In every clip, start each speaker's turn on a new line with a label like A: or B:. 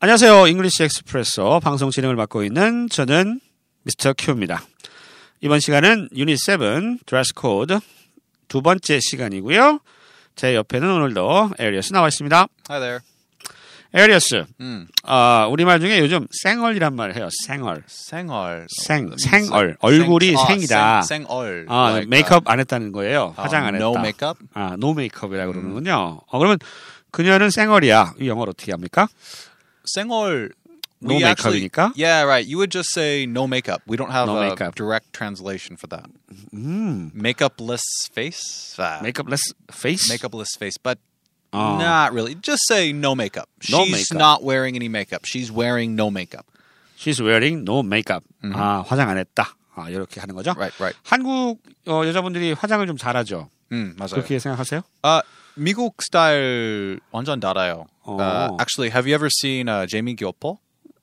A: 안녕하세요. 잉글리시 엑스프레소 방송 진행을 맡고 있는 저는 미스터 큐입니다. 이번 시간은 유닛 7 드레스 코드 두 번째 시간이고요. 제 옆에는 오늘도 에리어스 나와 있습니다.
B: Hi there.
A: 에리어스,
B: 음.
A: 아, 우리말 중에 요즘 생얼이란 말을 해요. 생얼.
B: 생얼.
A: 생, 생얼. 얼굴이
B: 아,
A: 생이다.
B: 생, 생얼.
A: 아,
B: Like,
A: 메이크업 안 했다는 거예요.
B: uh,
A: 화장 안 했다.
B: No makeup. 음.
A: 아, 노 메이크업이라고 그러는군요. 어, 그러면 그녀는 생얼이야. 이 영어를 어떻게 합니까?
B: 생얼.
A: 노
B: we actually-
A: 메이크업이니까.
B: Yeah, right. You would just say no makeup. We don't have
A: No
B: a
A: makeup. Mm.
B: direct translation for that.
A: 음.
B: Makeupless face. Uh,
A: 메이크업less face?
B: makeupless face, but
A: 어.
B: not really. Just say no makeup.
A: Ah. No
B: She's
A: makeup.
B: not wearing any makeup. She's wearing no makeup.
A: She's wearing no makeup. 아, 화장 안 했다. 아, 이렇게 하는 거죠?
B: 음. Right, right.
A: 한국 어, 여자분들이 화장을 좀 잘하죠. 네.
B: 음, Hmm, 맞아요.
A: 그렇게 생각하세요?
B: Uh, 미국 스타일 완전 달아요.
A: 어.
B: Uh, actually, have you ever seen uh, Jamie Gilpole?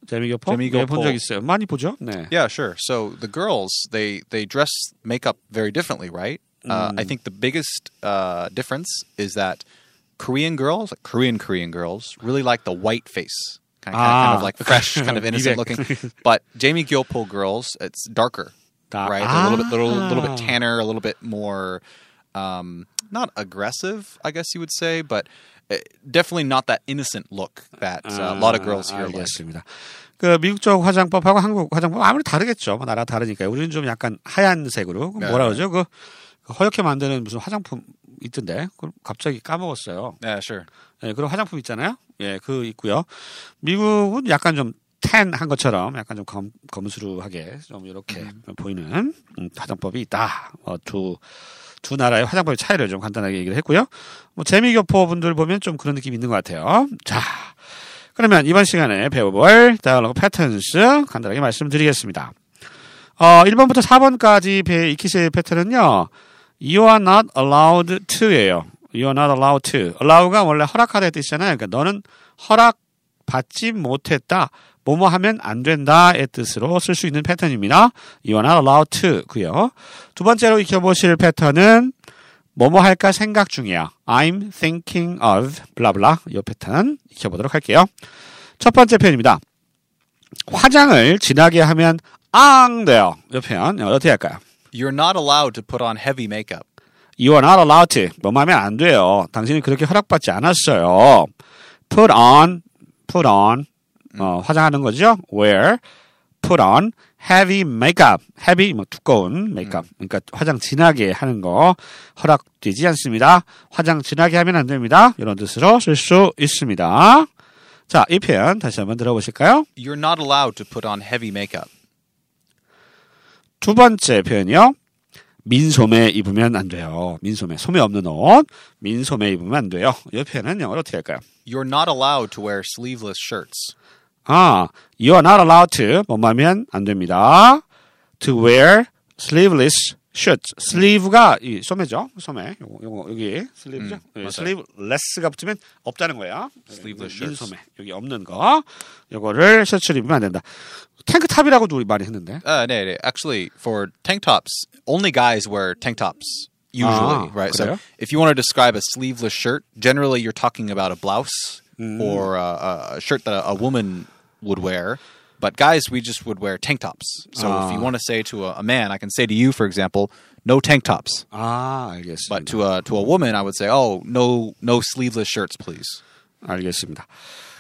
A: 재미교포?
B: 재미교포.
A: 네, 본적 있어요. 많이 보죠? 네.
B: Yeah, sure. So the girls, they they dress makeup very differently, right? Uh,
A: Mm.
B: I think the biggest uh, difference is that Korean girls, like Korean Korean girls, really like the white face, kind of, kind
A: Ah.
B: of like fresh, kind of innocent
A: 미백.
B: looking. But Jamie Gilpole girls, it's darker,
A: Dark.
B: right? They're A little bit, little, little
A: Ah.
B: bit tanner, a little bit more, um, not aggressive, I guess you would say, but. uh, Definitely not that innocent look that uh, a lot of girls
A: 아,
B: here like.
A: 알겠습니다. 그 미국적 화장법하고 한국 화장법 아무래도 다르겠죠. 뭐 나라 다르니까. 우리는 좀 약간 하얀색으로 그
B: 네.
A: 뭐라 그러죠? 그 허옇게 만드는 무슨 화장품 있던데. 그걸 갑자기 까먹었어요.
B: Yeah, sure.
A: 예, 그런 화장품 있잖아요. 예, 그 있고요. 미국은 약간 좀 텐한 것처럼 약간 좀 검, 검수루하게 좀 이렇게 보이는 음, 화장법이 있다. 어, 두, 두 나라의 화장법의 차이를 좀 간단하게 얘기를 했고요. 뭐 재미교포 분들 보면 좀 그런 느낌이 있는 것 같아요. 자, 그러면 이번 시간에 배워볼 다이얼로그 패턴스 간단하게 말씀드리겠습니다. 어, 1번부터 4번까지 배의 익히실 패턴은요. You are not allowed to예요. You are not allowed to. allow가 원래 허락하다 뜻이잖아요. 그러니까 너는 허락받지 못했다. 뭐뭐 하면 안 된다의 뜻으로 쓸 수 있는 패턴입니다. You are not allowed to고요. 두 번째로 익혀보실 패턴은 뭐뭐 할까 생각 중이야. I'm thinking of 블라블라 이 패턴 익혀보도록 할게요. 첫 번째 표현입니다. 화장을 진하게 하면 앙 돼요. 이 표현 어떻게 할까요?
B: You're not allowed to put on heavy makeup.
A: You are not allowed to. 뭐하면안 돼요. 당신이 그렇게 허락받지 않았어요. Put on, put on. 어, 화장하는 거죠. Wear, put on heavy makeup. heavy 뭐 두꺼운 메이크업. 그러니까 화장 진하게 하는 거 허락되지 않습니다. 화장 진하게 하면 안 됩니다. 이런 뜻으로 쓸 수 있습니다. 자, 이 표현 다시 한번 들어보실까요?
B: You're not allowed to put on heavy makeup.
A: 두 번째 표현이요. 민소매 입으면 안 돼요. 민소매 소매 없는 옷. 민소매 입으면 안 돼요. 이 표현은 영어로 어떻게 할까요?
B: You're not allowed to wear sleeveless shirts.
A: 아, you are not allowed to 뭐뭐 하면 안 됩니다. To wear sleeveless shirts. sleeve가 이 소매죠. 소매. 요거, 요거 여기 sleeve죠. 예,
B: 음, 맞아요.
A: sleeveless가 붙으면 없다는 거야.
B: sleeveless
A: 민
B: shirts.
A: 소매 여기 없는 거. 요거를 셔츠를 입으면 안 된다. 탱크탑이라고도 우리 많이 했는데.
B: Uh, no, no, actually, for tank tops, only guys wear tank tops
A: Ah,
B: usually, right?
A: 그래요?
B: So if you want to describe a sleeveless shirt, generally you're talking about a blouse or a- a, a shirt that a woman would wear. But guys, we just would wear tank tops. So if you want to say to a, a man, I can say to you, for example, no tank tops.
A: 아, 알겠습니다.
B: But to a to a woman, I would say, oh, no, no sleeveless shirts, please.
A: 알겠습니다.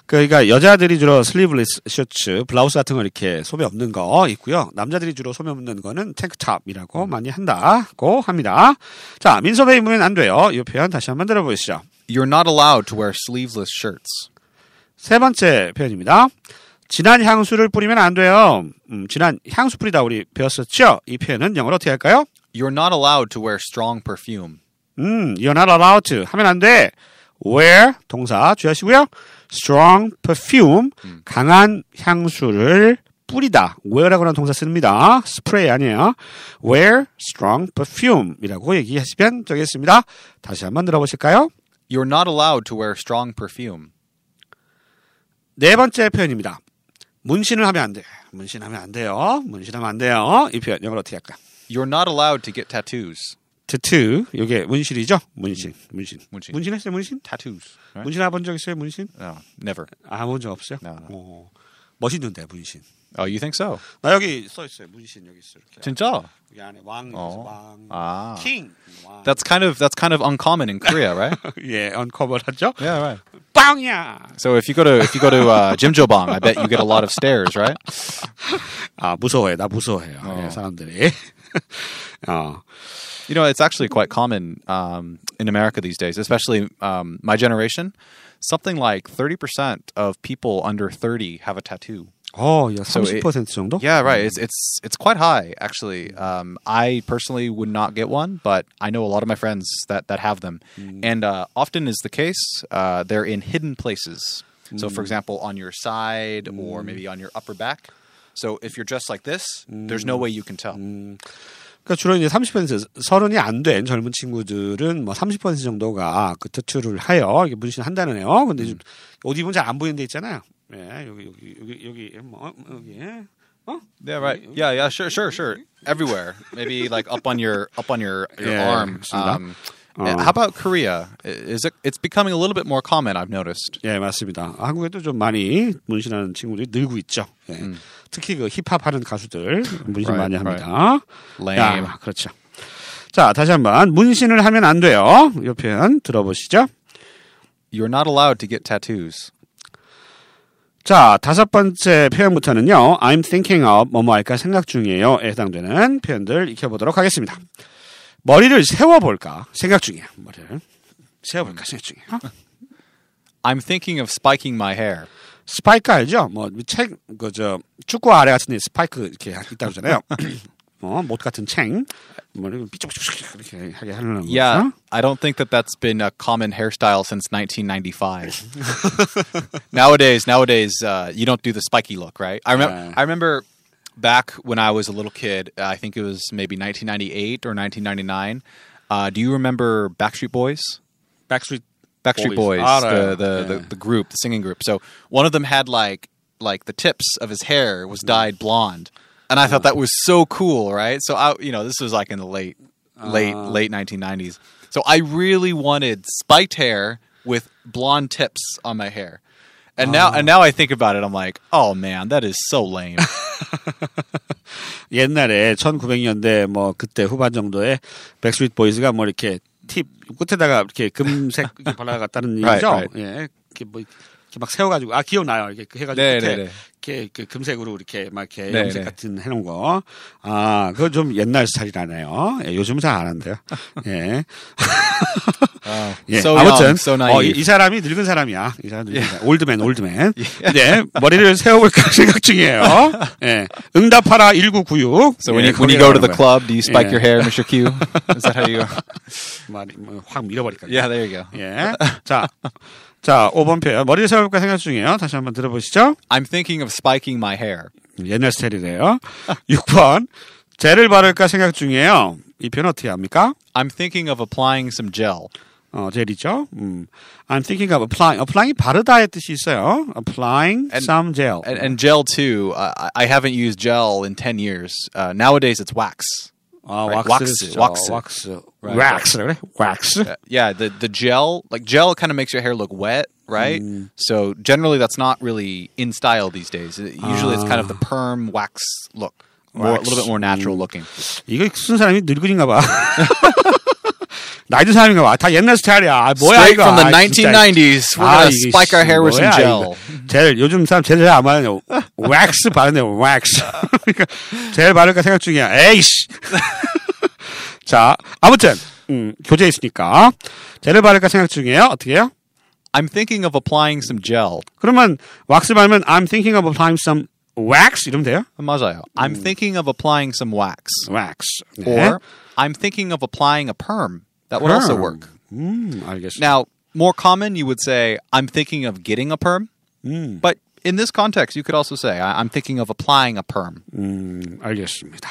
A: 그러니까 여자들이 주로 슬리브리스 셔츠, 블라우스 같은 거 이렇게 소매 없는 거 있고요. 남자들이 주로 소매 없는 거는 탱크탑이라고 많이 한다고 합니다. 자, 민소매 입으면 안 돼요. 이 표현 다시 한번 들어보시죠.
B: You're not allowed to wear sleeveless shirts.
A: 세 번째 표현입니다. 진한 향수를 뿌리면 안 돼요. 음, 진한 향수 뿌리다 우리 배웠었죠? 이 표현은 영어로 어떻게 할까요?
B: You're not allowed to wear strong perfume.
A: 음, you're not allowed to 하면 안 돼. wear 동사 주의하시고요. strong perfume
B: 음.
A: 강한 향수를 뿌리다. wear라고 하는 동사 씁니다. 스프레이 아니에요. wear strong perfume이라고 얘기하시면 되겠습니다. 다시 한번 들어보실까요?
B: You're not allowed to wear strong perfume.
A: 네 번째 표현입니다. 문신을 하면 안 돼. 문신하면 안 돼요. 문신하면 안 돼요. 이 표현 영어로 어떻게 할까?
B: You're not allowed to get tattoos.
A: tattoo 요게 문신이죠. 문신, 문신,
B: 문신.
A: 문신 했어요. 문신?
B: tattoos. Right?
A: 문신 해본 적 있어요? 문신?
B: No, never.
A: 아본적 없어요.
B: 나, 나.
A: 어, 멋있는데 문신.
B: Oh, you think so?
A: 나 여기 써 있어요. 문신 여기 있어 이렇게.
B: 진짜?
A: 여기 안에 왕,
B: 어.
A: 왕,
B: Ah.
A: king. 왕.
B: That's kind of that's kind of uncommon in Korea, right?
A: 예, 언커버하죠.
B: yeah, right.
A: 빵야.
B: So if you go to if you go to uh, Jimjobang, I bet you get a lot of stares, right?
A: 아 무서워해. 나 무서워해요. 예, 사람들이. 어.
B: You know, it's actually quite common um, in America these days, especially um, my generation. Something like thirty percent of people under thirty have a tattoo.
A: 어, 야, 30%
B: it-
A: 정도?
B: Yeah, right. It's it's it's quite high actually. Um, I personally would not get one, but I know a lot of my friends that that have them,
A: Mm.
B: and uh, often is the case. Uh, they're in hidden places. So,
A: Mm.
B: for example, on your side or maybe on your upper back. So, if you're dressed like this, there's
A: Mm.
B: no way you can tell.
A: 그러니까 주로 이제 30% 서른이 안 된 젊은 친구들은 뭐 30% 정도가 그 터치를 하여 이게 문신 한다는 애요. 근데 좀옷 입으면 잘 안 보이는 데 있잖아요. 예, 여기 여기 여기 여기 뭐 어, 여기 어?
B: Yeah, right. Yeah, yeah. Sure, sure, sure. Everywhere. Maybe like up on your up on your, your
A: Yeah,
B: arm.
A: sure.
B: Um, How about Korea? Is it? It's becoming a little bit more common. I've noticed.
A: 예, 맞습니다. 한국에도 좀 많이 문신하는 친구들이 늘고 있죠. 예. 특히 그 힙합 하는 가수들 문신
B: 음. Right,
A: 많이
B: right.
A: 합니다.
B: Lame.
A: 야, 그렇죠. 자, 다시 한번 문신을 하면 안 돼요. 이 표현 들어보시죠.
B: You're not allowed to get tattoos.
A: 자, 다섯 번째 표현부터는요. I'm thinking of 뭐뭐 할까 생각 중이에요에 해당되는 표현들 익혀보도록 하겠습니다. 머리를 세워볼까 생각 중이야. 머리를
B: 음.
A: 세워볼까 생각 중이야.
B: I'm thinking of spiking my hair.
A: 스파이크 알죠? 뭐, 뭐책그저 축구 아래 같은 데 스파이크 이렇게 있다 그러잖아요. 어, 못 같은 챙. 머리 삐죽삐죽 이렇게 하게 하려는 거죠.
B: Yeah, I don't think that that's been a common hairstyle since 1995. nowadays, nowadays, uh, you don't do the spiky look, right? I remember.
A: Yeah.
B: I remember back when I was a little kid. uh, I think it was maybe 1998 or 1999. Uh, do you remember Backstreet Boys?
A: 백스트리트
B: Backstreet Boys, the,
A: 알아요.
B: the,
A: 예.
B: the, the group, the singing group. So one of them had like like the tips of his hair was dyed blonde, and I thought that was so cool, right? So I, you know, this was like in the late late late 1990s. So I really wanted spiked hair with blonde tips on my hair. And now, and now I think about it, I'm like, oh man, that is so lame.
A: 옛날에 1900년대 뭐 그때 후반 정도에 백스트리트 보이즈가 뭐 이렇게 팁 끝에다가 이렇게 금색 이렇게 발라갔다는
B: Right,
A: 얘기죠.
B: right.
A: 예, 이렇게 뭐 이렇게 막 세워가지고 아 기억나요. 이렇게 그 해가지고
B: 네,
A: 끝에
B: 네, 네.
A: 이렇게 그 금색으로 이렇게 막 이렇게
B: 네,
A: 염색
B: 네.
A: 같은 해놓은 거. 아 그거 좀 옛날 스타일이라네요. 예, 요즘 은 잘 안 한대요. 예,
B: Oh,
A: 예.
B: so
A: 아무튼
B: young, so
A: 어, 이,
B: naive. 예.
A: 이 사람이 늙은 사람이야. 이 사람 늙은 사람. 올드맨, 올드맨. 네, 머리를 세워볼까 생각 중이에요. 예, 응답하라 1996.
B: so when
A: 예,
B: you when you go to
A: 거기라는
B: the
A: 거야.
B: club, do you spike
A: Yeah.
B: your hair, Mr. Q? Is that how you?
A: 말이 뭐확 밀어버릴까.
B: Yeah, there you go.
A: 예. 자, 자, 5번 표현. 머리를 세워볼까 생각 중이에요. 다시 한번 들어보시죠.
B: I'm thinking of spiking my hair.
A: 옛날 스타일이래요. 6번. 젤을 바를까 생각 중이에요. 이 표현 어떻게 합니까?
B: I'm thinking of applying some gel.
A: 어, 젤이죠. 음. I'm thinking of applying. applying이 바르다의 뜻이 있어요. applying some gel.
B: And, and gel too. Uh, I- I haven't used gel in ten years. Uh, nowadays, it's wax.
A: 아,
B: right,
A: 왁스.
B: 왁스,
A: 쓰죠.
B: 왁스.
A: 왁스.
B: Right. 네.
A: 왁스. 그래? 왁스.
B: Yeah, the the gel like gel kind of makes your hair look wet, right? So generally, that's not really in style these days. It- Usually, it's kind of the perm wax look, more, a
A: Wax.
B: little bit more natural looking.
A: 이거 쓴 사람이 늙은인가 봐. 나이든 사람인가 봐. 다 옛날 스타일이야. 아, 뭐야
B: Straight
A: 이거.
B: from the
A: 아, 진짜.
B: 1990s, we're
A: 아,
B: gonna
A: 이게
B: spike our hair with some
A: 뭐야,
B: gel.
A: 이거. 젤 음. 요즘 사람 젤 잘안 바르네. 왁스 바르네. 왁스. 그러니까 젤 바를까 생각 중이야. 에이씨. 자, 아무튼 음, 교재 있으니까 젤을 바를까 생각 중이에요. 어떻게 해요?
B: I'm thinking of applying some gel.
A: 그러면 왁스 바르면 I'm thinking of applying some wax 이러면 돼요.
B: 맞아요. I'm thinking of applying some wax.
A: wax. 네.
B: Or I'm thinking of applying a perm. That would
A: Eh?
B: also
A: Perm.
B: work.
A: 음, 알겠습니다.
B: Now, more common, you would say, I'm thinking of getting a perm.
A: Hmm.
B: But in this context, you could also say, I- I'm thinking of applying a perm.
A: 음, 알겠습니다.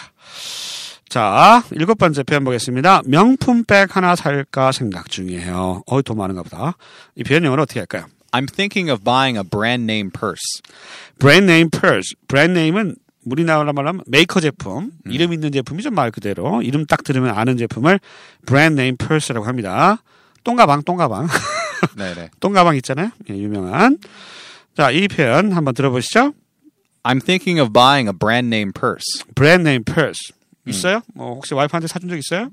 A: 자, 일곱 번째 표현 보겠습니다. 명품백 하나 살까 생각 중이에요. 어이, 돈 많은가 보다. 이 표현 영어로 어떻게 할까요?
B: I'm thinking of buying a brand name purse.
A: brand name purse. brand name은 우리나라 말로 하면 메이커 제품,
B: 음.
A: 이름 있는 제품이 좀 말 그대로 이름 딱 들으면 아는 제품을 브랜드 네임 퍼스라고 합니다. 똥가방, 똥가방.
B: 네네.
A: 똥가방 있잖아요. 예, 유명한. 자, 이 표현 한번 들어보시죠.
B: I'm thinking of buying a brand name purse.
A: 브랜드 네임 퍼스.
B: 음.
A: 있어요? 뭐 혹시 와이프한테 사준 적 있어요?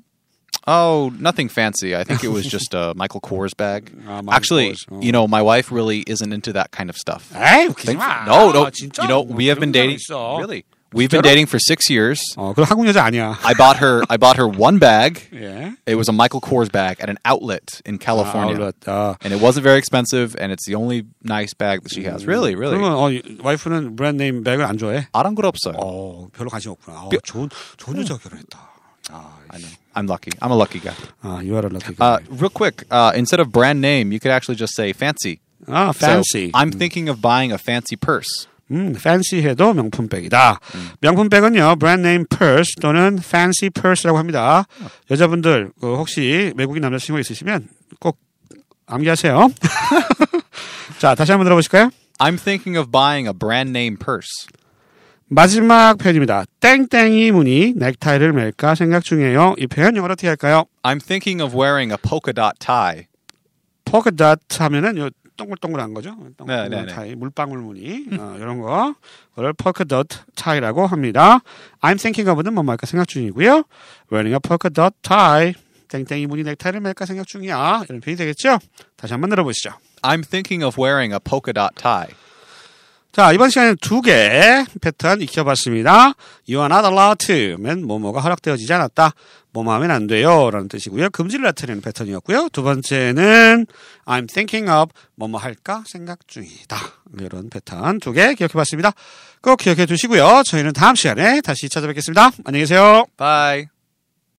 B: Oh, nothing fancy. I think it was just a Michael Kors bag.
A: Ah, Michael
B: Actually,
A: Kors, oh.
B: you know, my wife really isn't into that kind of stuff.
A: 에이, 웃기지
B: Thank-
A: 마.
B: no, no.
A: 아, 진짜? 뭐
B: You know, we have been
A: 그런 사람
B: dating.
A: 있어.
B: Really, we've been dating for six years.
A: 어, 그럼 한국 여자 아니야.
B: I bought her. I bought her one bag.
A: 예.
B: It was a Michael Kors bag at an outlet in California,
A: 아울렀다.
B: and it wasn't very expensive. And it's the only nice bag that she has. Really, really.
A: 그러면 어, 이- 와이프는 브랜드 네임 백을 안 좋아해?
B: 아랑거없어요
A: 어, 별로 관심 없구나. 어, 좋은 좋은 여자 결혼했다. 아, 이-
B: I'm lucky. I'm a lucky guy.
A: 아, you are a lucky
B: Uh,
A: guy.
B: real quick, uh, instead of brand name, you could actually just say fancy.
A: 아,
B: So,
A: fancy.
B: I'm thinking of buying a fancy purse.
A: 음, fancy해도 명품백이다. 명품백은요, brand name purse 또는 fancy purse라고 합니다. 여자분들 그 혹시 외국인 남자친구 있으시면 꼭 암기하세요. 자, 다시 한번 들어보실까요?
B: I'm thinking of buying a brand name purse.
A: 마지막 표현입니다. 땡땡이 무늬 넥타이를 맬까 생각 중이에요. 이 표현 영어로 어떻게 할까요?
B: I'm thinking of wearing a polka dot tie.
A: polka dot 하면은 요 동글동글한 거죠.
B: 네, 네,
A: 동글동글한
B: 네.
A: 타이, 물방울 무늬 어, 이런 거 그걸 polka dot tie라고 합니다. I'm thinking of는 뭐 말까 생각 중이고요. Wearing a polka dot tie. 땡땡이 무늬 넥타이를 맬까 생각 중이야. 이런 표현이 되겠죠. 다시 한번 들어보시죠.
B: I'm thinking of wearing a polka dot tie.
A: 자, 이번 시간에 두 개 패턴 익혀봤습니다. You are not allowed to면 뭐뭐가 허락되어지지 않았다. 뭐뭐 하면 안 돼요. 라는 뜻이고요. 금지를 나타내는 패턴이었고요. 두 번째는 I'm thinking of 뭐뭐 할까 생각 중이다. 이런 패턴 두 개 기억해봤습니다. 꼭 기억해 두시고요. 저희는 다음 시간에 다시 찾아뵙겠습니다. 안녕히 계세요.
B: Bye.